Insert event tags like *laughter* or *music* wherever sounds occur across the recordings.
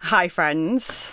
Hi, friends.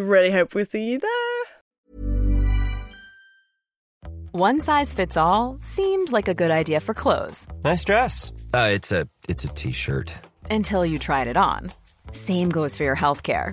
really hope we'll see you there. One size fits all seemed like a good idea for clothes Nice dress. Uh, it's a it's a t-shirt. until you tried it on. Same goes for your healthcare.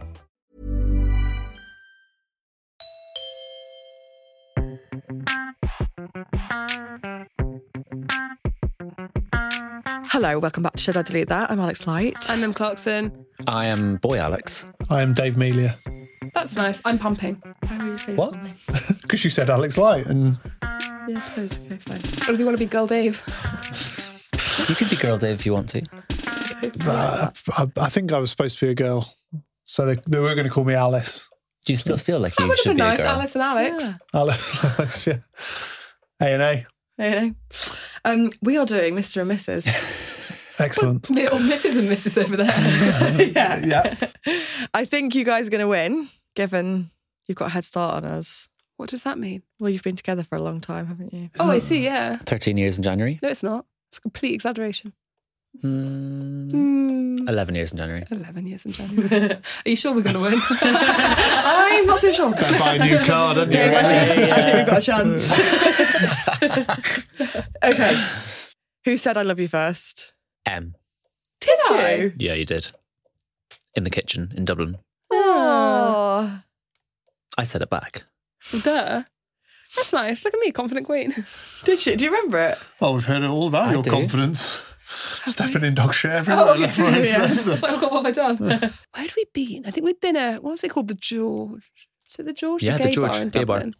Hello, welcome back to Should I Delete That? I'm Alex Light. I'm Em Clarkson. I am boy Alex. I am Dave Melia. That's nice. I'm pumping. What? Because you said Alex Light, and Yeah, I suppose. Okay, fine. Or do you want to be Girl Dave? You could be girl Dave if you want to. uh, I, I think I was supposed to be a girl. So they, they were going to call me Alice. Do you still feel like That you would have should been be nice, a girl? Alice and Alex. Alice, *laughs* Alice, yeah. A and A. Hey, hey. Um, we are doing Mr. and Mrs. Excellent. *laughs* Yeah. Or Mrs. and Mrs. over there. yeah. Yeah. I think you guys are going to win, given you've got a head start on us. what does that mean? Well, you've been together for a long time, haven't you? Oh, I see. Yeah. Thirteen years in January. No, it's not. It's a complete exaggeration. Mm, Mm, Eleven years in January. 11 years in January. Are you sure we're going to win? I'm not so sure. Better buy a new car, don't you? Dave, *laughs* I think, I think we've got a chance. okay. Who said I love you first? M. Did I? Yeah, you did. In the kitchen in Dublin. Oh. I said it back. Duh. That's nice. Look at me, *laughs* confident queen. Did she? Do you remember it? Well, Oh, we've heard it all about I your do. confidence. Stepping in dog shit everywhere. left, right, centre. It's like, oh God, what have I done? Where'd we been? I think we'd been a, what was it called? The George. Is it the George? Yeah, the, the gay George, bar in gay bar. Dublin.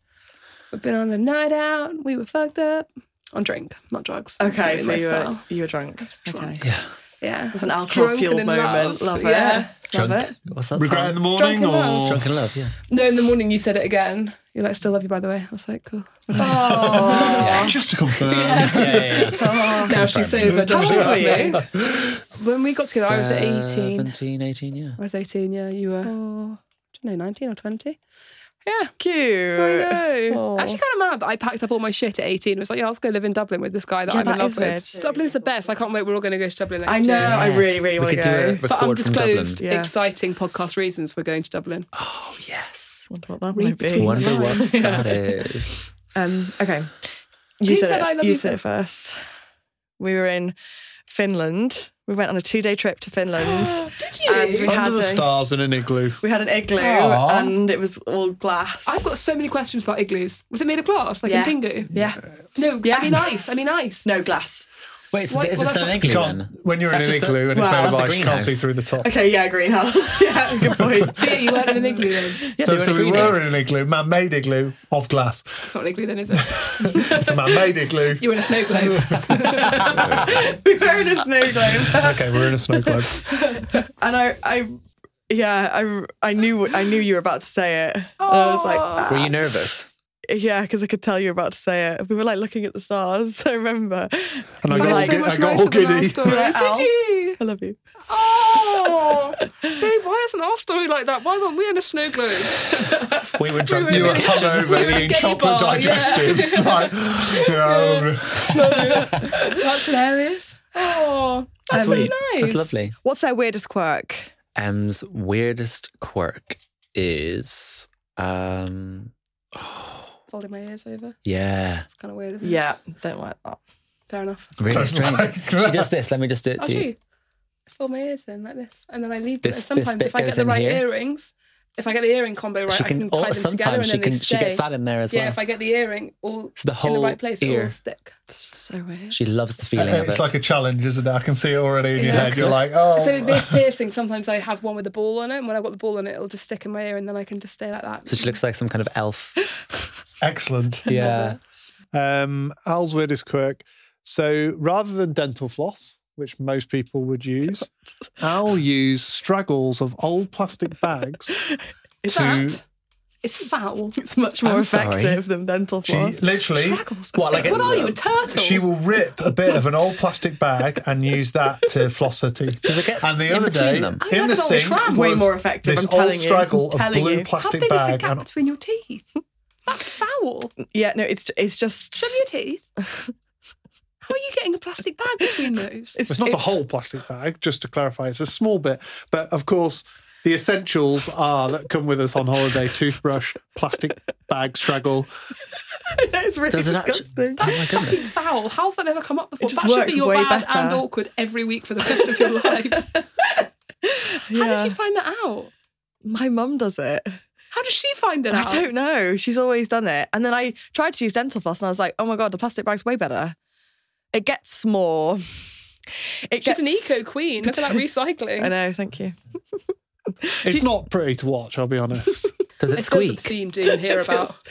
We've been on a night out. We were fucked up on drink, not drugs. Okay, It's so not really you my were, style. you were drunk. Okay. Yeah. Yeah. It was an I alcohol drunken fueled in moment. Love, it. Yeah. Love Drunk. it. What's that? Regret in song? the morning Drunk in or. love. Drunk in love. Yeah. No, in the morning you said it again. You're like, still love you, by the way. I was like, cool. Just to confirm. yeah, yeah, yeah. *laughs* now she's sober. Don't How old love were me. you? *laughs* When we got together, I was 18. 17, 18, Yeah. I was 18, yeah. You were, I don't know, 19 or 20. Yeah. Cute. I know. Aw. Actually, kind of mad that I packed up all my shit at 18. It was like, yeah, let's go live in Dublin with this guy that Yeah, I'm in that love is with. weird. Dublin's the best. I can't wait. We're all going to go to Dublin next I know. year. I really, Yes. really We want could to do go. a For record from Dublin. undisclosed, Yeah. exciting podcast reasons, we're going to Dublin. Oh yes. Wonder what that might be. Wonder what lines. that is. Um, okay. You Who said it. I love you you said it first. We were in Finland. We went on a two-day trip to Finland. *gasps* Did And we had Under the a- stars in an igloo. We had an igloo Aw. and it was all glass. I've got so many questions about igloos. Was it made of glass, like Yeah. in Pingu? yeah. No, Yeah. I mean ice. I mean ice. No glass. Wait, so Why- is well, this that's an a- You igloo can't, then? when you're in That's an just a- igloo and it's Wow. made of That's a ice, you can't see greenhouse. through the top. Okay, yeah, greenhouse. *laughs* yeah, good point. So *laughs* yeah, you weren't in an igloo then. Yeah, So, they so in a we greenhouse. were in an igloo, man-made igloo of glass. It's not an igloo then, is it? It's a man-made igloo. You were in a snow globe. we were in a snow globe. Okay, we're in a snow globe. and I, I, yeah, I, I knew, I knew you were about to say it. And I was like, ah. Were you nervous? yeah, because I could tell you were about to say it. We were like looking at the stars. *laughs* I remember. And I That got, was all Like- so gi- much I got nicer all than our giddy. story. *laughs* Right, Did Al? you? I love you. Oh, babe, why isn't our story like that? Why weren't we in a snow globe? We were drunk. were you in were a kitchen. We were in hungover, a eating gay chocolate bar, yeah. digestives. Like, you know, That's hilarious. Oh, that's really nice. That's lovely. What's their weirdest quirk? M's weirdest quirk is um Folding my ears over. yeah. It's kind of weird, isn't it? Yeah, don't like that. Fair enough. Really Don't strange. like she that. does this. Let me just do it I'll to show you. you. I fold my ears in like this, and then I leave. This- Sometimes this bit if I get goes the in right here? earrings, If I get the earring combo right, she I can, can or tie them together sometimes and she then can they she stay. gets that in there as yeah, well. if I get the earring all So the in the whole right place, ear. it'll stick. So weird. she loves the feeling of It's it. like a challenge, isn't it? I can see it already in your head. You're like, *laughs* So oh, this piercing, sometimes I have one with a ball on it, and when I've got the ball on it, it'll just stick in my ear, and then I can just stay like that. so she looks like some kind of elf. *laughs* excellent. *laughs* yeah. Um, Al's weirdest quirk. So rather than dental floss, which most people would *laughs* use, Al used straggles of old plastic *laughs* bags. It's, to- it's foul. it's much more I'm sorry. effective than dental She floss. literally, What, like a- What are you, a turtle? she will rip a bit of an old plastic bag and use that to floss her teeth. Does it get and the in other between day, them? in like the an old sink, tram. Way was more effective, This I'm old telling you. straggle I'm of telling blue you. How How plastic big is the bag. gap and between your teeth? That's foul. yeah, no, it's it's just Show me *laughs* your teeth. How are you getting a plastic bag between those? It's not a whole plastic bag, just to clarify. It's a small bit. But of course, the essentials are that come with us on holiday toothbrush, plastic bag straggle. It's really Does it actually- disgusting. Oh my goodness. Fucking foul. How's that never come up before? It just that should works be your way bad better. and awkward every week for the rest *laughs* of your life. How did you find that out? My mum does it. How does she find it I out? don't know. She's always done it. And then I tried to use dental floss and I was like, oh my God, the plastic bag's way better. It gets more. *laughs* It She's gets an eco queen. Look at that recycling. I know, thank you. It's not pretty to watch, I'll be honest. Does it It feels squeak? *laughs* obscene to hear about. Feels-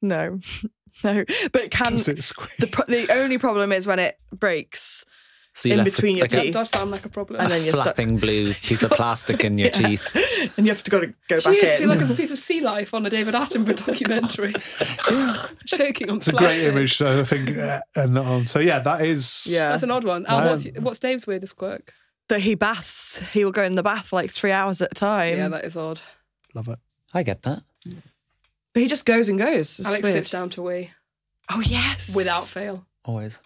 No, *laughs* no. But it can. Does it squeak? The, pro- the only problem is when it breaks So you in left a- between your like a That does sound like a problem. and then you're stuck. flapping blue piece of plastic in your teeth. and you have to go, to go She back is. She's in. Oh, like a piece of sea life on a *laughs* David Attenborough documentary. *laughs* Choking on It's a great image, so I think, uh, and not on. So yeah, that is. yeah. That's an odd one. Al, Wow. what's, what's Dave's weirdest quirk? that he baths. He will go in the bath for like three hours at a time. Yeah, that is odd. love it. I get that. but he just goes and goes. It's Alex weird. sits down to wee Oh yes, without fail. Always.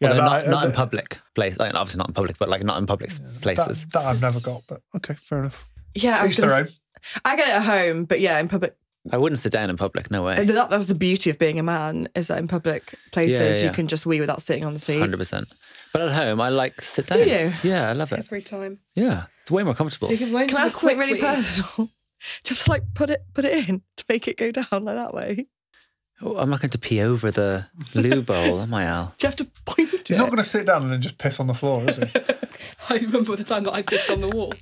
Yeah, Although that- not, not in that- public place. Like, obviously not in public, but like not in public places. That, that I've never got, but okay, fair enough. Yeah, I, was Each their gonna own. s- I get it at home, but yeah, in public. I wouldn't sit down in public. No way. and That, that's the beauty of being a man is that in public places yeah, yeah. you can just wee without sitting on the seat. Hundred percent. But at home, I like to sit down. Do you? Yeah, I love it. Every time. Yeah, it's way more comfortable. So you can, Can I ask something really *laughs* personal? *laughs* Just like put it put it in to make it go down like that way. Oh, I'm not going to pee over the loo bowl, am I, *laughs* Al? Do you have to point it? He's not going to sit down and then just piss on the floor, is he? I remember the time that I pissed on the wall.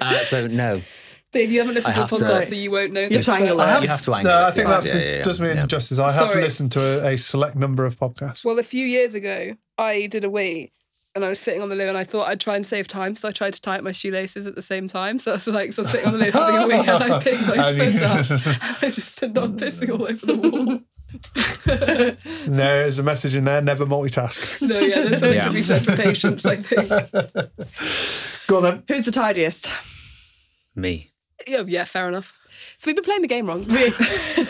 Uh, so no, *laughs* Dave, you haven't listened I to have the to- podcast, so you won't know. You're this, trying but- to learn. You have to angle No, it, I think yes. that's Yeah, yeah, yeah. does me Yeah. injustice. I have Sorry. listened to a, a select number of podcasts. Well, a few years ago, I did a wee and I was sitting on the loo and I thought I'd try and save time. So I tried to tie up my shoelaces at the same time. So I was like, so I was sitting on the loo having a wee *laughs* and I picked my And you- foot up and I just ended up pissing all over *laughs* the wall. There is a message in there. Never multitask. No, yeah, there's *laughs* something Yeah. to be said for patience, I think. Oh, Go on then. Who's the tidiest? me. yeah, fair enough. So we've been playing the game wrong. I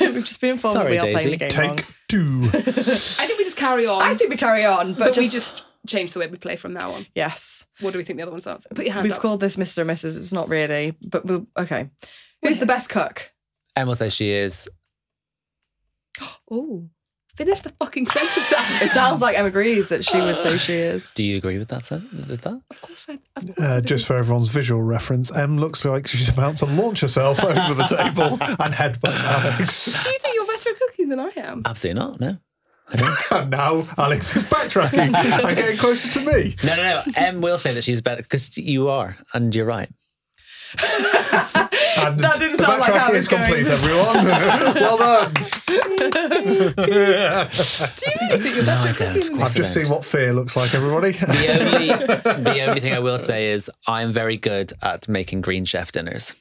We've just been informed Sorry, that we are playing the Daisy. game *laughs* wrong. Take two. think we just carry on, I think we carry on, but, but just, we just change the way we play from now on. yes, What do we think the other one's answer? Put your hand we've up. called this Mister and Mrs. It's not really, but we'll, okay. Who's the best *laughs* cook? Emma says she is. Oh, Finish the fucking sentence out. it sounds like Emma agrees that she would say she is. Do you agree with that? Sen- with that? Of course I... Of course I Uh, do. just for everyone's visual reference, Em looks like she's about to launch herself over the *laughs* table and headbutt Alex. Do you think you're better at cooking than I am? Absolutely not. No, I don't. And now Alex is backtracking and getting closer to me. no, no, no. Em will say that she's better because you are, and you're right. And That didn't sound the like backtrack how it is was going. complete, everyone. well *laughs* done. Do you really think you're better at cooking than me? course. I've just seen what fear looks like, *laughs* everybody. The *laughs* only, the only thing I will say is I'm very good at making green chef dinners.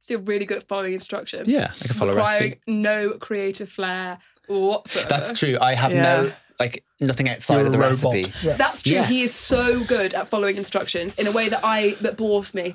So you're really good at following instructions. Yeah, I can follow a Requiring recipe. no creative flair whatsoever. That's true. I have Yeah. no like nothing outside You're of the a robot. recipe. That's true. He Yes. is so good at following instructions in a way that I that bores me.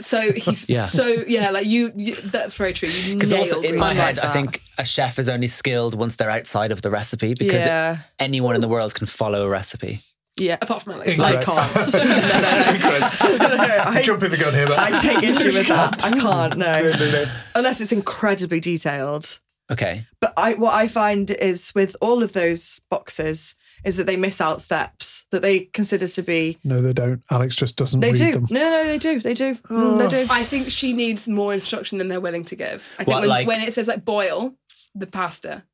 So he's *laughs* Yeah. so yeah, like you, you. That's very true. You Because nailed also in it. my like head, I that. think a chef is only skilled once they're outside of the recipe because it- Yeah. anyone in the world can follow a recipe. Yeah, apart from Alex. Incorrect. *laughs* *laughs* Incorrect. I, Jumping the gun here, but I take *laughs* issue with that. I can't no, *laughs* unless it's incredibly detailed. Okay. But I what I find is with all of those boxes is that they miss out steps that they consider to be. No, they don't. Alex just doesn't They read do. them. No, no, no, they do. They do. Mm, they do. I think she needs more instruction than they're willing to give. I think What, when, like- when it says like boil the pasta,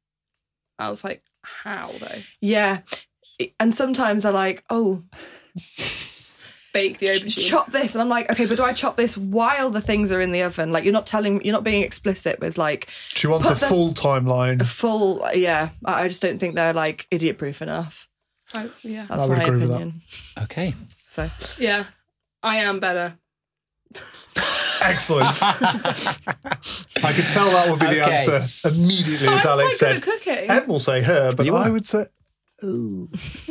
I was like, how though? Yeah. And sometimes they're like, oh, Bake the aubergine. chop this and i'm like okay but do i chop this while the things are in the oven like you're not telling you're not being explicit with like She wants a Put the- full timeline. a full yeah i I just don't think they're like idiot proof enough Oh, yeah. that's I would my agree with that. opinion Okay. so Yeah. I am better. *laughs* Excellent. I could tell that would be the Okay. answer immediately, as I'm quite Alex said. good at cooking. Em will say her, but You I are. would say Yeah,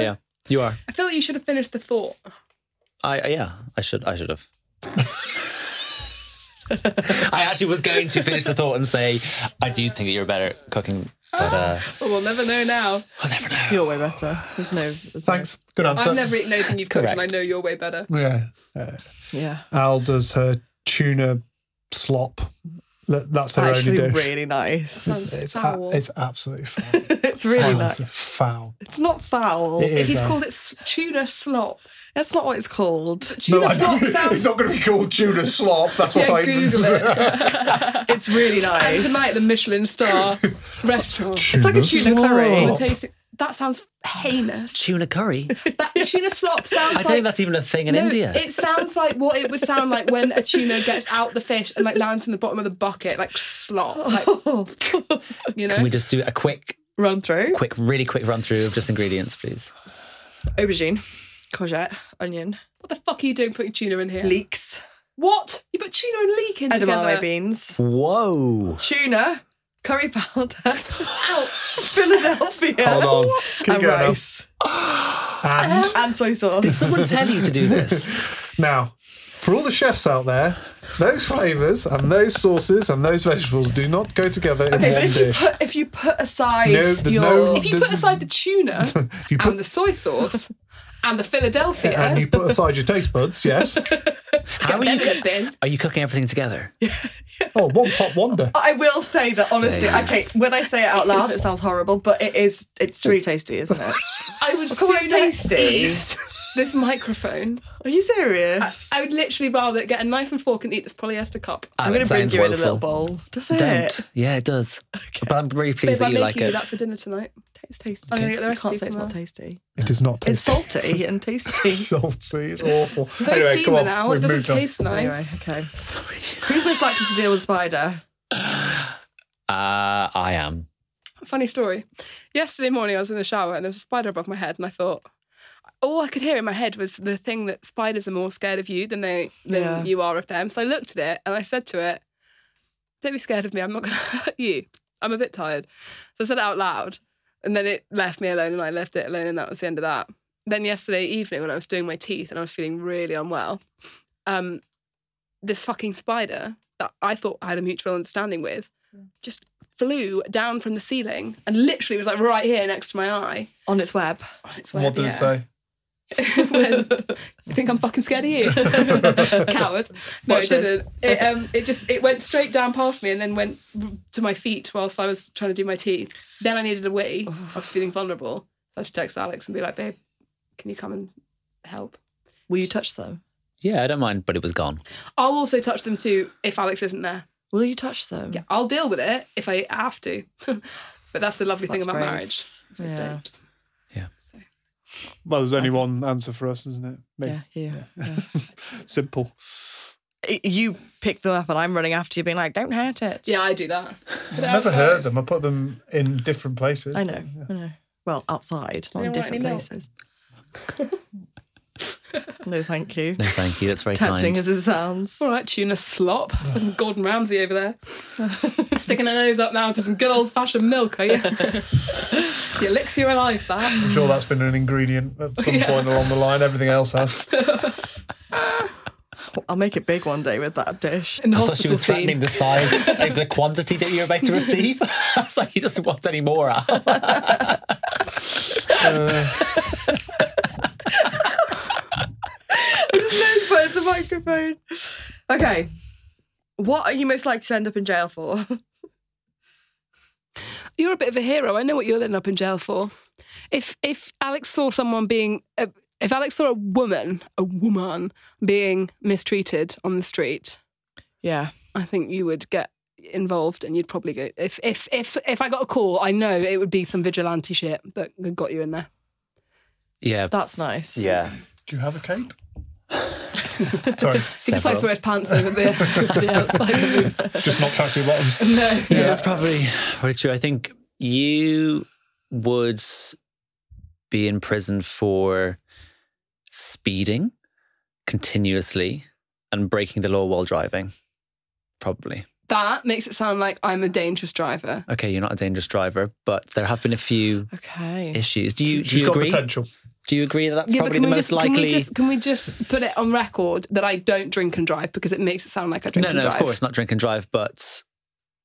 yeah. You are. I feel like you should have finished the thought. I yeah. I should. I should have. *laughs* I actually was going to finish the thought and say, I do think that you're better at cooking, but uh, Well, we'll never know now. I'll never know. you're way better there's no there's no- thanks. Good answer. I've never eaten anything you've cooked, and I Correct. know you're way better. yeah. yeah Al does her tuna slop. That- That's her actually only dish. really nice it's, it's, foul. a, it's *laughs* absolutely foul. it's really nice Honestly, foul. it's not foul It is, uh, He's Al. called it s- tuna slop. that's not what it's called *laughs* No, Tuna I- slop sounds. it's not going to be called tuna slop. That's what yeah, I Google *laughs* it. it's really And nice tonight, the Michelin *laughs* star restaurant. it's like a tuna curry We're tasting- That sounds heinous. Tuna curry. That tuna slop sounds *laughs* I don't like think that's even a thing in No, India. It sounds like what it would sound like when a tuna gets out the fish and like lands in the bottom of the bucket, like slop, like *laughs* you know. Can we just do a quick, run through quick, really quick run through of just ingredients, please? aubergine courgette onion what the fuck are you doing putting tuna in here? leeks What? You put tuna and leek in edamame together. beans Whoa. tuna curry powder *laughs* Philadelphia *laughs* Hold on. Keep and going, Al. rice And and soy Did sauce. someone tell you to do this? now, for all the chefs out there, those flavors and those sauces and those vegetables do not go together in Okay, but one if you dish. put if you put aside No, there's your no- If you There's- put aside the *laughs* tuna you put- and the soy sauce and the Philadelphia, and you put aside your taste *laughs* buds, yes. *laughs* How are then you, it then. are you cooking everything together? Oh, one pot wonder. I will say that honestly, okay, when I say it out loud, *laughs* it sounds horrible, but it is it's really tasty, isn't it? *laughs* I would Come on, sooner tasty. eat this microphone. Are you serious? I would literally rather get a knife and fork and eat this polyester cup. am going gonna to bring you in a little bowl. Does it? Don't. Yeah, it does. But I'm really Babe, pleased that I'm you making like you it. that for dinner tonight. It's tasty. I'm gonna get the you recipe can't say it's from not her. tasty. It is not tasty. It's salty and *laughs* tasty. *laughs* salty. It's awful. So anyway, come semen on. now. It We've doesn't moved on. taste nice. anyway, okay. Sorry. Who's most likely to deal with spider? Uh, I am. Funny story. Yesterday morning, I was in the shower and there was a spider above my head, and I thought, all I could hear in my head was the thing that spiders are more scared of you than they than Yeah. you are of them. So I looked at it and I said to it, "Don't be scared of me. I'm not *laughs* going to hurt you. I'm a bit tired." So I said it out loud, and then it left me alone, and I left it alone, and that was the end of that. Then yesterday evening, when I was doing my teeth and I was feeling really unwell, um, this fucking spider that I thought I had a mutual understanding with just flew down from the ceiling and literally was like right here next to my eye. On its web. On its What web, did yeah. it say? when, you think I'm fucking scared of *laughs* you, coward? No, Watch it this. didn't. It, um, it just it went straight down past me and then went to my feet whilst I was trying to do my teeth. Then I needed a wee. I was feeling vulnerable. I had to text Alex and be like, "Babe, can you come and help?" Will you touch them? Yeah, I don't mind, but it was gone. I'll also touch them too if Alex isn't there. Will you touch them? Yeah, I'll deal with it if I have to. *laughs* but that's the lovely thing That's about brave. marriage. It's like, Yeah. don't. Well, there's only one answer for us, isn't it? Me. Yeah, yeah. Simple. I- You pick them up and I'm running after you being like, don't hurt it. Yeah, I do that. But I've never outside- heard them. I put them in different places. I know, I know. Well, outside, not in anyone want any different milk? places. no, thank you. No, thank you. That's very Tempting kind. as it sounds. All right, tuna slop. Ah. Fucking Gordon Ramsay over there. *laughs* Sticking her nose up now to some good old fashioned milk, are *laughs* you? the elixir of life, that. I'm sure that's been an ingredient *laughs* at some point along the line. Everything else has. I'll make it big one day with that dish. In the I thought she hospital was threatening scene. the size, like the quantity that you're about to receive. *laughs* I was like, he doesn't want any more. Al. But the microphone. Okay. What are you most likely to end up in jail for? You're a bit of a hero. I know what you'll end up in jail for. if if Alex saw someone being a, if Alex saw a woman a woman being mistreated on the street, Yeah. I think you would get involved and you'd probably go if if if if I got a call, I know it would be some vigilante shit that got you in there. Yeah. That's nice. Yeah. Do you have a cape? *sighs* Sorry, He just likes to wear his pants over the, *laughs* *laughs* the outside of his. just not tracksuit bottoms. *laughs* No, Yeah, that's probably probably true. I think you would be in prison for speeding continuously and breaking the law while driving. Probably. that makes it sound like I'm a dangerous driver. Okay, you're not a dangerous driver, but there have been a few Okay. issues. Do you, do She's you got agree? potential. Do you agree that that's probably can the we most just likely? can we just can we just put it on record that I don't drink and drive because it makes it sound like I drink no, and no, drive. of course not drink and drive, but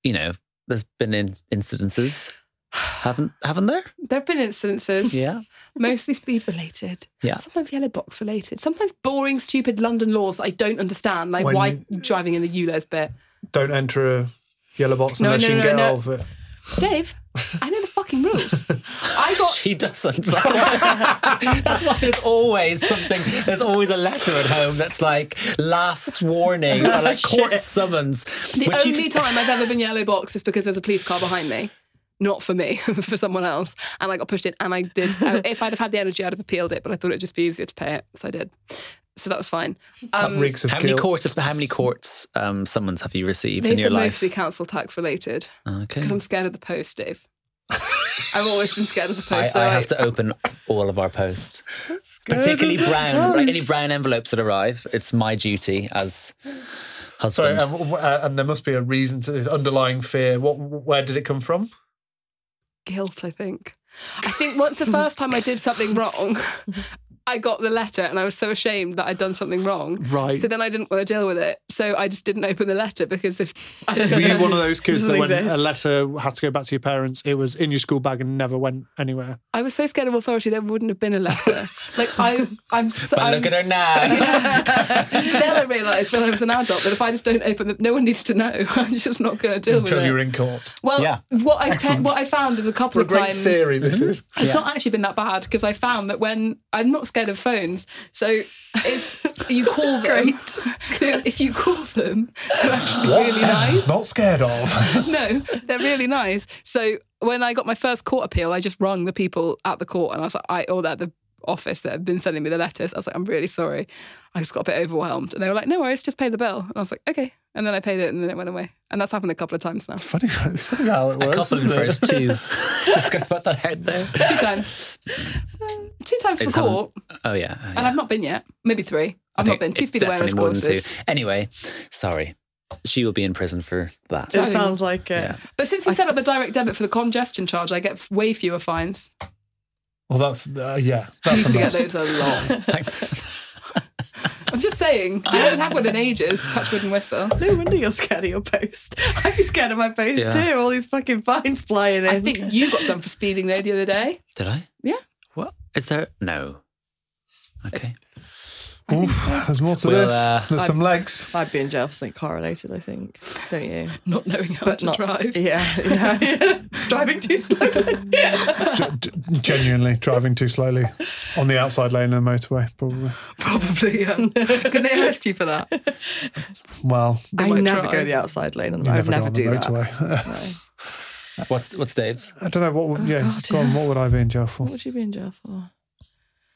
you know, there's been in- incidences, haven't haven't there? There have been incidences, mostly speed related, Yeah. sometimes yellow box related, sometimes boring, stupid London laws that I don't understand, like When why you- driving in the ULEZ bit. Don't enter a yellow box No, unless no, you no, can get no. out of it. Dave, I know the fucking *laughs* rules. I got She doesn't. *laughs* that's why there's always something. There's always a letter at home that's like last *laughs* warning or like court summons. Oh, The which you *laughs* only can- time I've ever been yellow boxed is because there was a police car behind me. Not for me, *laughs* for someone else. And I got pushed in and I did. I- *laughs* if I'd have had the energy, I'd have appealed it, but I thought it'd just be easier to pay it. So I did. So that was fine. Um, That reeks of How many guilt. courts? How many courts um, summons have you received They've in your been life? mostly council tax related Okay. because I'm scared of the post, Dave. I've always been scared of the post. I, so I have to open all of our posts, *laughs* particularly Oh, brown, like any brown envelopes that arrive. It's my duty as Sorry, husband. and, w- uh, and there must be a reason to this underlying fear. What? Where did it come from? guilt, I think. I think once the first time I did something *laughs* wrong, I got the letter and I was so ashamed that I'd done something wrong. Right. So then I didn't want to deal with it. So I just didn't open the letter because if I don't Were *laughs* you know. one of those kids that Doesn't when a exist. letter had to go back to your parents, it was in your school bag and never went anywhere? I was so scared of authority there wouldn't have been a *laughs* letter. like I I'm so but I'm look at her so- now. But then I realised when I was an adult that if I just don't open them, no one needs to know. *laughs* I'm just not going to deal Until with it. you're in court. well, Yeah. what I te- what I found is a couple What a of great times theory this is. It's not actually been that bad because I found that when I'm not scared of phones, so if you *laughs* call them, *laughs* if you call them, they're actually really *laughs* nice. not scared *laughs* *laughs* of. No, they're really nice. So when I got my first court appeal, I just rung the people at the court and I was like, I or at the office that had been sending me the letters. I was like, I'm really sorry. I just got a bit overwhelmed, and they were like, No worries, just pay the bill. And I was like, Okay. And then I paid it, and then it went away. And that's happened a couple of times now, funny, it's funny how it *laughs* A works. couple in isn't it? first *laughs* two. Just gonna put that out there. two times, Uh, two times for It's happened- court, Oh yeah. oh, yeah. and I've not been yet. Maybe three. I've I not think been. Two it's speed awareness definitely more than two. courses. Anyway, sorry. She will be in prison for *laughs* that. It sounds like uh, it. But since we set up the direct debit for the congestion charge, I get f- way fewer fines. Well, that's, uh, yeah. I That's used *laughs* a to get mess. those a lot. Thanks. I'm just saying, I haven't had one in ages. Touch wood and whistle. No wonder you're scared of your post. *laughs* I'd be scared of my post Yeah. too. All these fucking fines flying in. I think you got done for speeding though the other day. Did I? Yeah. What? Is there? No. Okay. Oof, there's more to Well, this. uh, there's some legs. I'd be in jail for something correlated, I think. Don't you? Not knowing how *laughs* to not- drive. Yeah, yeah, *laughs* yeah. *laughs* Driving too slowly. G- d- genuinely driving too slowly on the outside lane of the motorway, probably. Probably. *laughs* Yeah. Can they arrest you for that? Well, I might never try. go the outside lane. And you I never, would go never on the do that. motorway. *laughs* What's What's Dave's? I don't know what. Would, yeah, Oh, God, go on. yeah. What would I be in jail for? What would you be in jail for?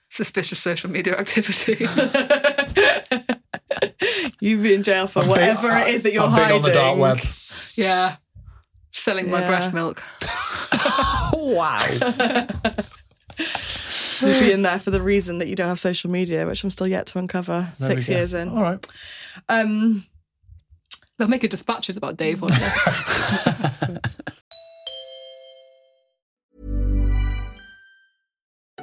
Suspicious social media activity. *laughs* You'd be in jail for whatever it is that you're I'm big hiding. on the dark web. yeah. Selling my Yeah. breast milk. Wow. You'd be in there for the reason that you don't have social media, which I'm still yet to uncover. There six we go. years in. All right. Um, They'll make a dispatches about Dave one day. *laughs*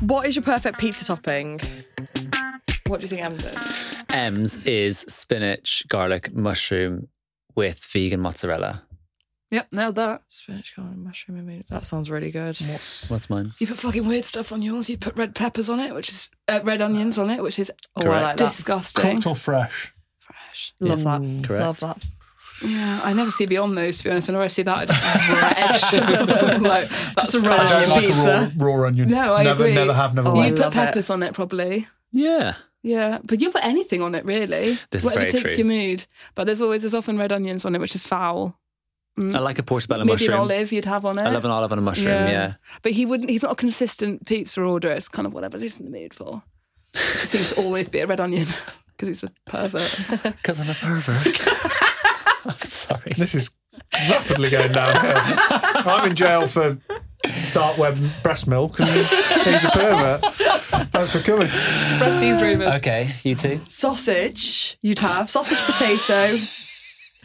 What is your perfect pizza topping? What do you think Em does? M's is spinach, garlic, mushroom with vegan mozzarella. Yep, nailed that. Spinach, garlic, mushroom. I mean, that sounds really good. What's mine? You put fucking weird stuff on yours. You put red peppers on it, which is uh, red onions on it, which is Oh, I like that. disgusting. Cooked or fresh? Fresh. Love Mm, that. correct. Love that. Yeah, I never see beyond those. To be honest, whenever I see that, I *laughs* just red. *laughs* like, that's Just a red I fresh. don't like Uh, Pizza. the raw, raw onion. No, I never, agree. never have, never Oh, will. I you put love it. peppers on it, probably. Yeah. Yeah, but you put anything on it, really. This is Whatever very takes true. your mood. But there's always there's often red onions on it, which is foul. I like a portobello Mm. Maybe mushroom. an olive you'd have on it. I love an olive and a mushroom, yeah. But he wouldn't. He's not a consistent pizza order. It's kind of whatever he's in the mood for. It just seems to always be a red onion *laughs* because he's a *laughs* pervert. Because I'm *laughs* a pervert. *laughs* I'm sorry. This is rapidly going downhill. *laughs* I'm in jail for dark web breast milk, and he's a pervert. Thanks for coming. Spread these rumours. Okay, you too. Sausage, you'd have. Sausage, *laughs* potato.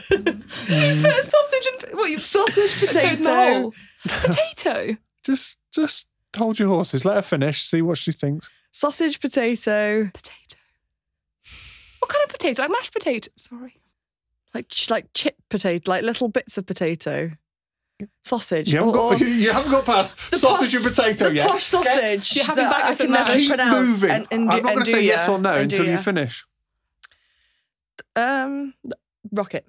Put sausage and what you Sausage, *laughs* Toad in the potato. hole. potato. Just, just hold your horses. Let her finish. See what she thinks. Sausage, potato. Potato. What kind of potato? Like mashed potato. Sorry. Like ch- like chip potato. Like little bits of potato. Sausage. You haven't, or- got, *laughs* you haven't got past Oh, the sausage posh- and potato the yet. Posh sausage. You haven't that backed I us can in that. never Keep pronounce. moving. And, and, I'm not going to say yes or no until you finish. finish. Um, rocket.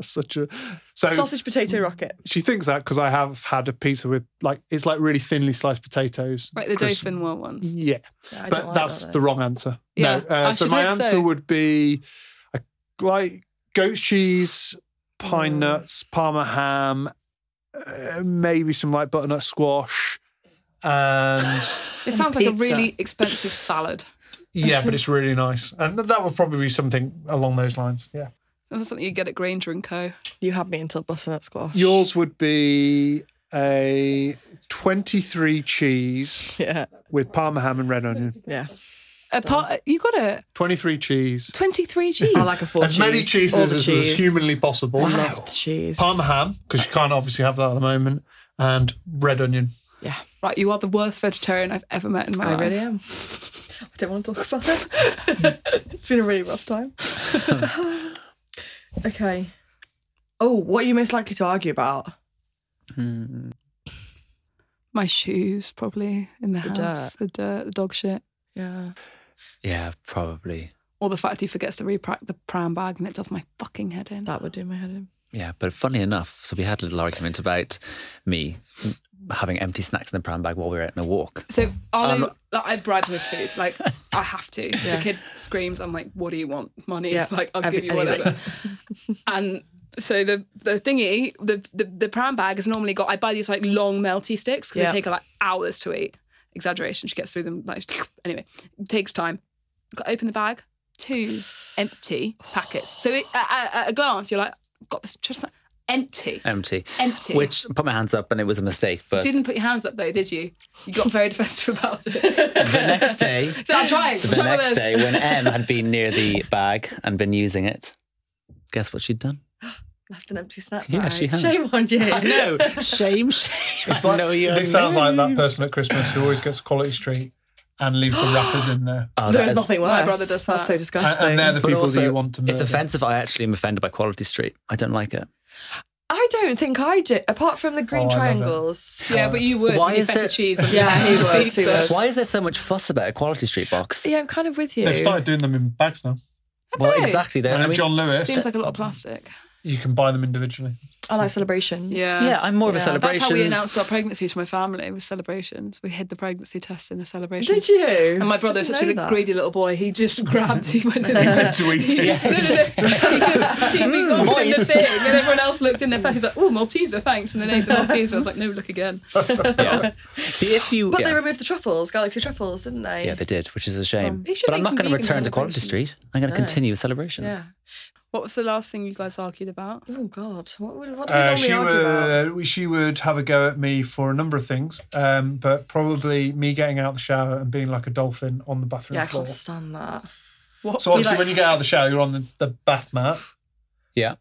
Such a so sausage, potato, rocket. she thinks that because I have had a pizza with like it's like really thinly sliced potatoes. Like the crisp. Dauphin one ones. Yeah, Yeah, I but don't like that's that, the though. wrong answer. Yeah, no, uh, I so should my hope answer so. would be a, like goat cheese, Mm. pine nuts, parma ham, uh, maybe some like butternut squash, and *laughs* It sounds like a Mm. pizza. really expensive salad. yeah, but it's really nice. And th- that would probably be something along those lines. Yeah, That's something you get at Granger and Co. You had me until butternut squash. yours would be a twenty-three cheese Yeah, with parma ham and red onion. yeah. Apart, you got a 23 cheese. 23 cheese. I like a four as many cheese. cheeses All the as cheese. is humanly possible. I love the cheese. Parma ham, because you can't obviously have that at the moment, and red onion. Yeah, Right, you are the worst vegetarian I've ever met in my I life. Oh, really am. I don't want to talk about it. *laughs* it's been a really rough *laughs* time. okay. Oh, what are you most likely to argue about? My shoes, probably in the, The house, the dirt, the dog shit, Yeah. Yeah, probably. or the fact he forgets to repack the pram bag and it does my fucking head in. That would do my head in. Yeah, but funny enough, so we had a little argument about me having empty snacks in the pram bag while we were out on a walk. So Arlo, like, I bribe him with food. Like I have to. The kid screams. I'm like, "What do you want? Money? Yeah, Like I'll every- give you whatever." *laughs* and so the the thingy, the the, the pram bag is normally got. I buy these like long melty sticks because Yeah. they take like hours to eat. Exaggeration. She gets through them like *laughs* anyway. It takes time. Got to open the bag. Two empty packets. So it, at, at- at a glance, you're like, "Got this just empty." Empty. Empty. Which put my hands up and it was a mistake, but Didn't put your hands up though, did you? You got very *laughs* defensive about it. the *laughs* next day So I'm trying. I'm the trying my next best. day when Em had been near the bag and been using it, guess what she'd done? Left an empty snack Yeah, she bag. has. Shame on you. *laughs* I know. Shame, shame. I know you're this sounds like that person at Christmas who always gets a quality street and leaves the wrappers *gasps* in there. Oh, that There is is- nothing worse. My brother does That's that. so And- And, disgusting. and they're the But people also, that you want to murder. It's offensive. I actually am offended by Quality Street. I don't like it. I don't think I do. Apart from the green Oh, I love it. triangles. Yeah, but you would. Why Why is is feta there- cheese on Yeah, *laughs* your he would, he pizza. would. Why is there so much fuss about a Quality Street box? Yeah, I'm kind of with you. They've started doing them in bags now. Well, Right. exactly. There. And I mean, John Lewis, Seems like a lot of plastic. *laughs* you can buy them individually. I like celebrations. Yeah. That's how we celebrations. announced our pregnancies to my family was celebrations. We hid the pregnancy test in the celebration. Did you? And my brother I is didn't such a know that. greedy little boy. He *laughs* just grabbed, he went in He there. did to eat He it. just, *laughs* no, no, no. He just, he, we got him in the Mm, Moist. thing and everyone else looked in their face. He's like, oh, Malteser, thanks. And then ate the Malteser. I was like, no, look *laughs* again. *laughs* See if you. But yeah. they removed the truffles, Galaxy truffles, didn't they? Yeah, they did, which is a shame. They should but I'm make not some going to vegan return to Quality celebrations. Street. I'm going to No. continue with celebrations. Yeah. What was the last thing you guys argued about? Oh, God. What, what, what Uh, she would uh, she would have a go at me for a number of things, um, but probably me getting out of the shower and being like a dolphin on the bathroom Yeah, I floor. can't stand that. What, So obviously, when you get out of the shower, you're on the, the bath mat. Yeah.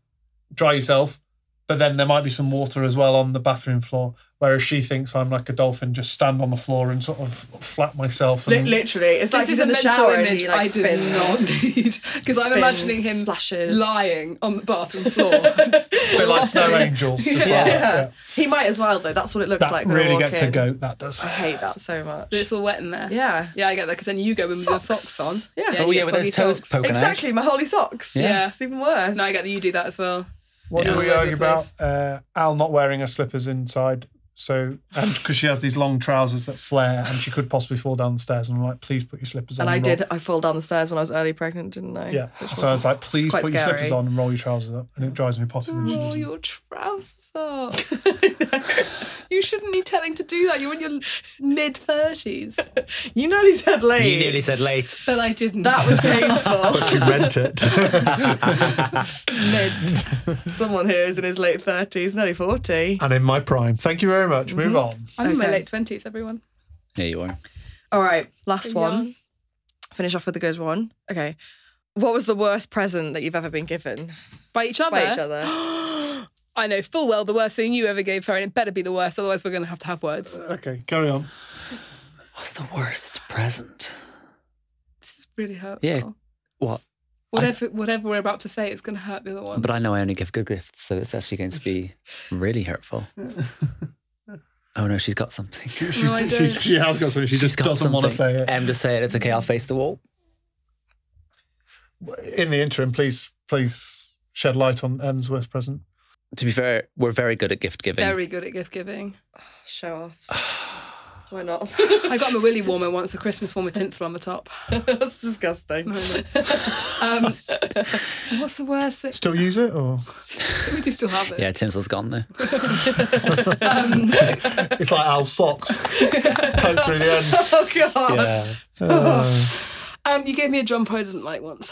Dry yourself, but then there might be some water as well on the bathroom floor. Whereas she thinks I'm like a dolphin, just stand on the floor and sort of flap myself. Li- And literally, this it's like is he's a in the mental shower and image he, like, I spins. did not *laughs* *laughs* need because I'm Spins, imagining him splashes. lying on the bathroom floor. bit like *laughs* snow angels. Just Yeah. like, yeah. He might as well though. That's what it looks That like. when I really walk gets a in. goat. That does. I hate that so much. But *laughs* it's all wet in there. Yeah. Yeah, I get that because then you go in with your socks on. Yeah. Oh, you yeah, get with those soggy toes socks. poking out. Exactly, my holy socks. Yeah. It's even worse. No, I get that you do that as *laughs* well. What Yeah. do we All over argue the place. about? Uh, Al not wearing her slippers inside, so *laughs* and because she has these long trousers that flare, and she could possibly fall down the stairs. And I'm like, please put your slippers on. and I roll- did. I fall down the stairs when I was early pregnant, didn't I? Yeah. Which So I was wasn't- like, please it's quite put your scary. slippers on and roll your trousers up, and it drives me potty. when she Roll does it. Oh, your trousers up. *laughs* you shouldn't need telling to do that. You're in your mid thirties. You nearly said late. late. But I didn't. That was painful. But you rent it. *laughs* *laughs* mid. Someone who is in his late thirties, nearly forty. and in my prime. Thank you very much. Move on. I'm in my Okay. late twenties. Everyone. Here you are. All right, last So one. young. Finish off with a good one. Okay. What was the worst present that you've ever been given By each other. by each other? I know full well the worst thing you ever gave her, and it better be the worst. Otherwise, we're going to have to have words. Okay, carry on. What's the worst present? This is really hurtful. Yeah. What? Whatever, whatever we're about to say, it's going to hurt the other one. But I know I only give good gifts, so it's actually going to be *laughs* really hurtful. oh no, she's got something. She She's, I *laughs* don't. she's, she has got something. She just doesn't want to say it. Em, just say it. It's okay. I'll face the wall. In the interim, please, please shed light on M's worst present. To be fair, we're very good at gift giving. Very good at gift giving. Show offs. *sighs* Why not? I got him a willy warmer once, a Christmas one with tinsel on the *laughs* top. That's disgusting. Um, what's the worst? That, Still use it, or we do still have it. *laughs* Yeah, tinsel's gone though. Um, *laughs* it's like Al's socks pokes through the *laughs* end. Uh, Oh god. Yeah. Um, you gave me a jumper I didn't like once.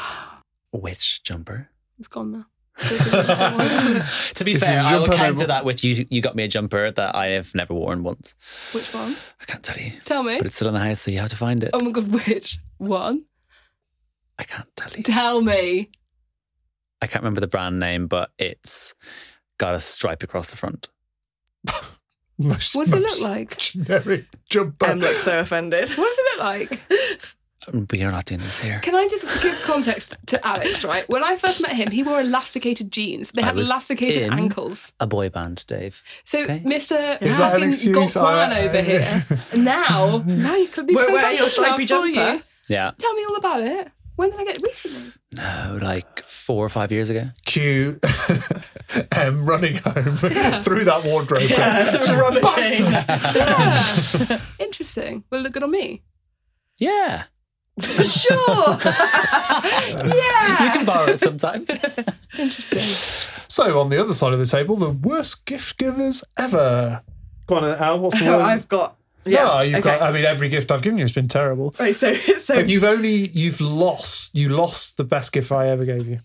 Which jumper? It's gone *laughs* now. Which To be This fair, is a I will jumper I counter wa- that with you. You got me a jumper that I have never worn once. one? I can't tell you, Tell me. but it's still in the house, so you have to find it. Um, Oh my god, which one? I can't tell you. Tell me. I can't remember the brand name, but it's got a stripe across the front. Most, What does it most look like? Generic jumper. Em looks so *laughs* offended. What does it look like? Um, We are not doing this here. Can I just give context to Alex, right? When I first met him, he wore elasticated jeans. They I had was elasticated in- ankles. a boy band, Dave. So Okay. Mr. Is that an fucking excuse? Gokwan I- *laughs* over here. Now, now you could be Where- where are your stripy jumper? Yeah. Tell me all about it. When did I get it recently? No, like four or five years ago. *laughs* Cue Em running *laughs* home *laughs* through that wardrobe. *laughs* Bastard. Yeah. Interesting. Will it look good on me? Yeah. sure. You can borrow *laughs* it sometimes. Interesting. So on the other side of the table, the worst gift givers ever. Go on, Al. What's *laughs* the No, Oh, word? I've got. yeah, Yeah, you've okay. Oh. got. I mean, every gift I've given you has been terrible. Right, so so And you've only you've lost you lost the best gift I ever gave you.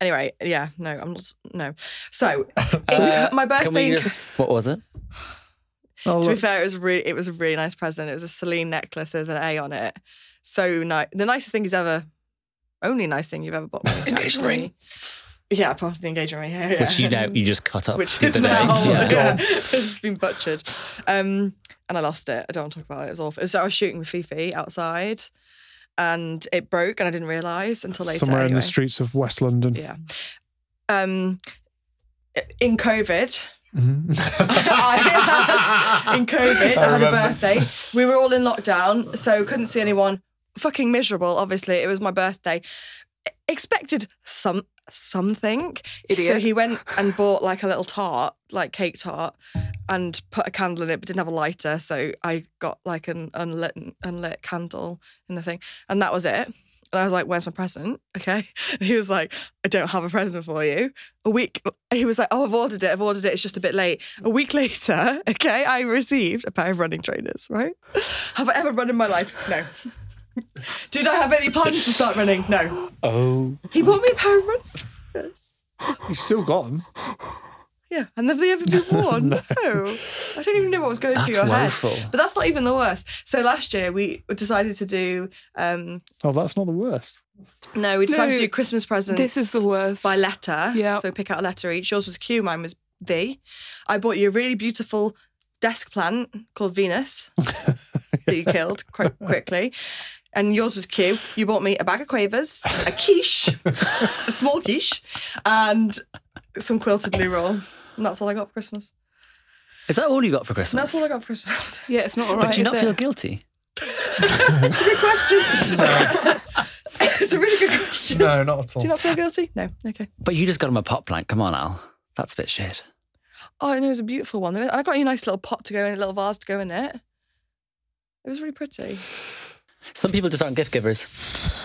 anyway, yeah, no, I'm not. No, *laughs* so my Uh, Can we birthday. just, what was it? to be fair, it was really it was a really nice present. It was a Celine necklace with an A on it. So nice, the nicest thing he's ever, only nice thing you've ever bought. me, actually. ring. Yeah, apart from the engagement ring. Yeah, yeah. Which you know, you just cut up. which the is other day. now Yeah. yeah, *laughs* it's been butchered. Um, and I lost it. I don't want to talk about it. It was awful. So I was shooting with Fifi outside, and it broke, and I didn't realise until later. Somewhere in the anyway. streets of West London. Yeah. Um, in COVID. Mm-hmm. *laughs* I had, in COVID, I, had a remember. birthday. We were all in lockdown, so couldn't see anyone. Fucking miserable, obviously. It was my birthday. Expected some something. So Idiot. he went and bought like a little tart, like cake tart, and put a candle in it, but didn't have a lighter. So I got like an unlit unlit candle in the thing, and that was it. And I was like, "Where's my present?" Okay. *laughs* And he was like, "I don't have a present for you." A week, he was like, "Oh, I've ordered it. I've ordered it. It's just a bit late." A week later, *laughs* okay, I received a pair of running trainers. Right? *laughs* Have I ever run in my life? No. *laughs* Did I have any plans to start running? No. Oh. He bought me a pair of running trainers. You still got them. Yeah, and have they ever *laughs* been worn? no. I don't even know what was going That's through your woeful. head. But that's not even the worst. So last year we decided to do um Oh, that's not the worst. no, we decided No, to do Christmas presents. this is the worst. by letter. Yeah. So pick out a letter each. Yours was Q, mine was V. I bought you a really beautiful desk plant called Venus that you killed quite quickly. And yours was Q. You bought me a bag of quavers, a quiche, a small quiche, and some quilted loo roll. And that's all I got for Christmas. Is that all you got for And Christmas? That's all I got for Christmas. *laughs* Yeah, it's not all but right. do you not is feel it? guilty? *laughs* it's a really good question. *laughs* No, not at Do you not feel guilty? No. Okay. But you just got him a pot plant. Come on, Al. That's a bit shit. Oh, and it was a beautiful one. And I got you a nice little pot to go in, a little vase to go in it. It was really pretty. Some people just aren't gift givers.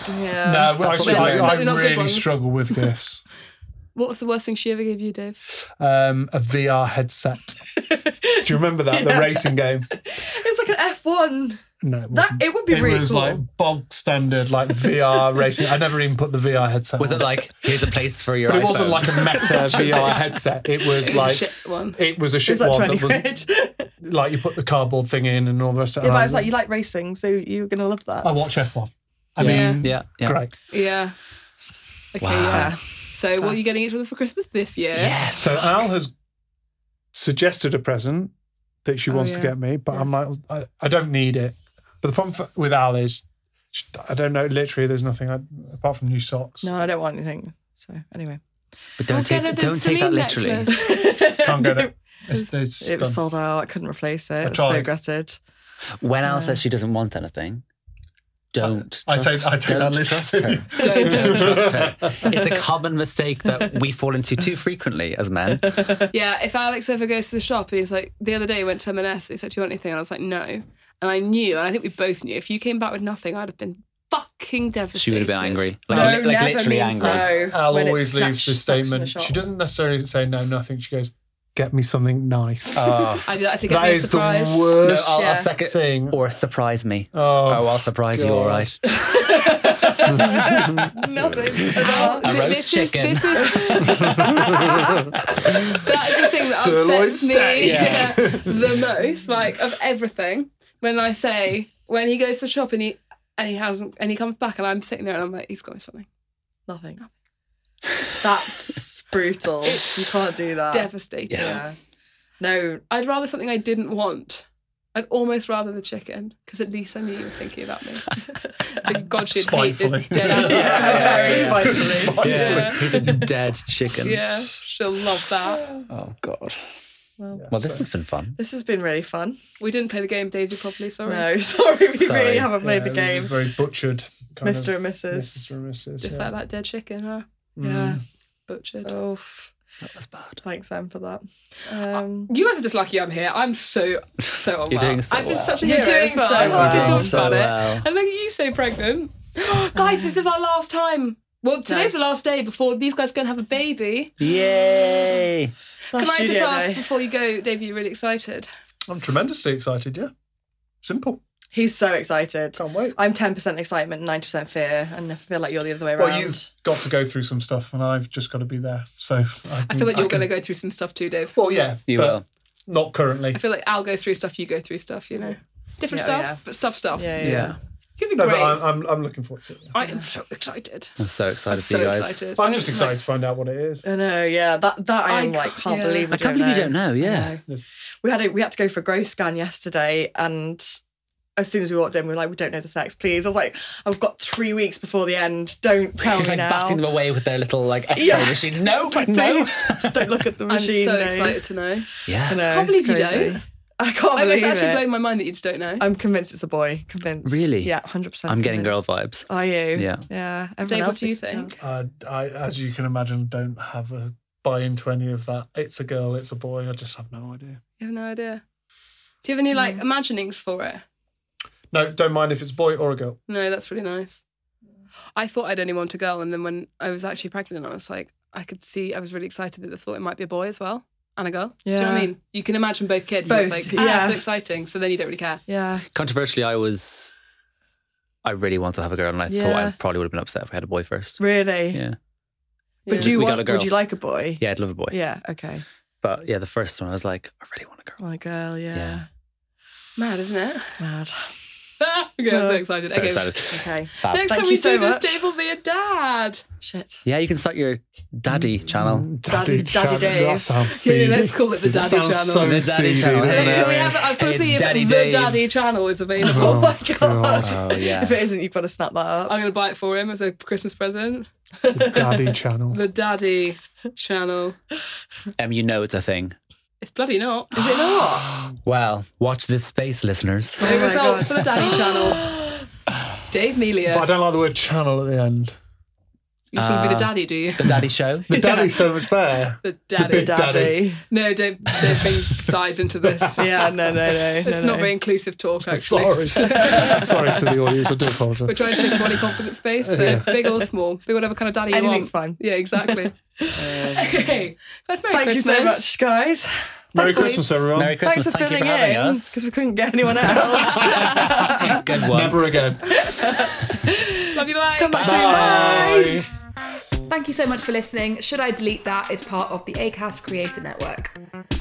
Yeah. no, that's actually, what I, they're I certainly not good really ones. struggle with gifts. What was the worst thing she ever gave you, Dave? Um, a VR headset. Do you remember that? The racing game? It's like an F one. No, it That wasn't. it would be it really was cool. like bog standard, like VR racing. I never even put the VR headset. Was on. it like, here's a place for your But it wasn't iPhone? like a meta VR headset. It was It was a like shit one. It was a It's shit like one twenty that *laughs* was quid. like you put the cardboard thing in and all the rest of it. yeah, but And I was like, you like racing, so you're gonna love that. I watch F one. I Yeah. mean, Yeah, yeah. great. Yeah. Okay, yeah. So, what are you getting each other for Christmas this year? Yes. So Al has suggested a present that she Oh, wants to yeah. get me, but I'm like, I, I don't need it. But the problem for, with Al is, she- I don't know. Literally, there's nothing I, apart from new socks. No, I don't want anything. So anyway, But don't We'll take, get her the don't take that Celine literally. *laughs* necklace. *laughs* Can't *laughs* get it. It's, it's it done. was sold out. I couldn't replace it. I, was tried. so gutted. When Al says she doesn't want anything, don't. I trust, take- I take that don't trust literally. *laughs* her. don't, don't trust her. It's a common mistake that we fall into too frequently as men. Yeah, if Alex ever goes to the shop and he's like, the other day I went to M&S, he's like, do you want anything? And I was like, no. And I knew, and I think we both knew, if you came back with nothing, I'd have been fucking devastated. She would have been angry. Like, no, li- like never literally means No angry. Al when it's always leaves the snatched- snatched from the statement. shop. she doesn't necessarily say no, nothing. She goes, "Get me something nice." I did that. I think that I'd be is the surprised. No, worst. I'll, Yeah. I'll second. Thing. Or surprise me. Oh, oh, I'll surprise you, all God. right. *laughs* nothing. Al, *laughs* A thi- roast this chicken. Is, this is, that is the thing that Sirloin upsets steak. me yeah, *laughs* the most, like of everything. When I say when he goes to the shop and he and he hasn't and he comes back and I'm sitting there and I'm like, he's got me something Nothing. That's brutal. You can't do that. devastating. Uh, Yeah. No, I'd rather something I didn't want. I'd almost rather the chicken because at least I knew you were thinking about me. *laughs* Thank God she'd hate Spitefully. this *laughs* dead. yeah. very spitefully. Yeah. *laughs* He's a dead chicken. yeah, she'll love that. Oh God. Well, this has been fun. This has been really fun. We didn't play the game Daisy properly. Sorry. No, *laughs* sorry, we Sorry. really haven't played the Yeah, it was a game. Very butchered. Kind Mr. Of, and Mrs. Mr. and Mrs. Just yeah. like that dead chicken, huh? Yeah. Butchered. Mm. Oh, f- That was bad. thanks, Em, for that. Uh, Um, You guys are just lucky I'm here. I'm so, *laughs* so unwell. You're doing so I've been well. such a You're hero doing as well. so I well. can You're talk doing so about well. it. And look at you so pregnant. *gasps* guys, this is our last time. Well, today's the last day before these guys are going to have a baby. Yay! Can I studio just ask day. before you go, Dave, are you really excited? I'm tremendously excited. Yeah. Simple. he's so excited. Can't wait. I'm 10% excitement, 90% fear, and I feel like you're the other way around. Well, you've got to go through some stuff, and I've just got to be there. So I, I feel Mm, like you're going to go through some stuff too, Dave. Well, yeah, You but will. Not currently. I feel like Al goes through stuff, you go through stuff, you know. Different Yeah, stuff, yeah. but stuff, stuff. yeah, yeah. Yeah. It's going to be No, but great. I'm, I'm, I'm looking forward to it. I am so excited. I'm so excited I'm for so you guys. excited. I'm gonna- just excited to find out what it is. I know, yeah. That that I, I am like can't- can't yeah. believe we I can't believe you don't know. Yeah. We had a, we had to go for a growth scan yesterday, and as soon as we walked in, we were like, we don't know the sex, please. I was like, I've got three weeks before the end. Don't *laughs* tell You're me like now. batting them away with their little *laughs* like X-ray Yeah. machines. No, It's like, no. please, just don't look at *laughs* the I'm machine. so Dave. excited to know. I *laughs* Yeah. know, can't believe it's you crazy. don't. I can't Like, believe it's actually it. blowing my mind that you just don't know. I'm convinced it's a boy. Convinced. Really? Yeah, 100%. I'm getting girl convinced. vibes. Are you? Yeah. Yeah. Everyone Dave, what else do you is- think? Uh, I, as you can imagine, don't have a buy into any of that. It's a girl, it's a boy. I just have no idea. You have no idea. Do you have any like imaginings for it? No, don't mind if it's a boy or a girl. No, that's really nice. I thought I'd only want a girl, and then when I was actually pregnant, I was like, I could see. I was really excited at the thought it might be a boy as well and a girl. Do you know what I Yeah. mean? You can imagine both kids. and It's Both, like, ah, yeah. so exciting. So then you don't really care. Yeah. Controversially, I was. I really wanted to have a girl, and I thought Yeah. I probably would have been upset if we had a boy first. Really? Yeah, But Yeah. do you We got want, a girl. would you like a boy? yeah, I'd love a boy. Yeah. Okay. But yeah, the first one, I was like, I really want a girl. Want a girl? Yeah. Yeah. Mad, isn't it? *laughs* Mad. okay, I'm so No. excited. So okay. excited. *laughs* Okay. Fab. Next Thank time you we so do much. this, Dave will be a dad. Shit. Yeah, you can start your daddy Mm. *laughs* channel. Daddy- Daddy Chad- Dave. That sounds Yeah, seedy. let's call it the That Daddy sounds Channel. so The Daddy seedy, Channel, doesn't isn't it? Can we have? I was supposed to It's see if Daddy the Dave. Daddy channel is available. Oh, my god. Oh yeah. If it isn't, you've got to snap that up. I'm gonna buy it for him as a Christmas present. *laughs* Daddy channel. The Daddy channel. um, you know it's a thing. It's bloody not. Is it *gasps* not? Well, watch this *laughs* space, listeners. Oh the results for the Daddy channel. *gasps* Dave Melia. But I don't like the word channel at the end. You just want Ah. to be the daddy, do you? The *laughs* daddy show. The daddy's so much better. The daddy. big dad. Daddy. no, don't, don't bring sides *laughs* into this. Yeah, no, no, no. *laughs* It's no, not no. very inclusive talk, actually. *laughs* Sorry. Sorry to the audience. I do We're apologise. trying to make body confident space, so big or small, big whatever kind of daddy you want. Anything's fine. Uh, Yeah, *laughs* exactly. okay, that's Merry Thank Christmas. you so much, guys. Merry Thanks, Christmas, everyone. Merry Christmas. Thanks for Thank you filling for having in us. because we couldn't get *laughs* anyone else. Good one. Never again. Love you, bye. Come back soon. Bye. Bye. Thank you so much for listening. Should I delete that? Is part of the Acast Creator Network.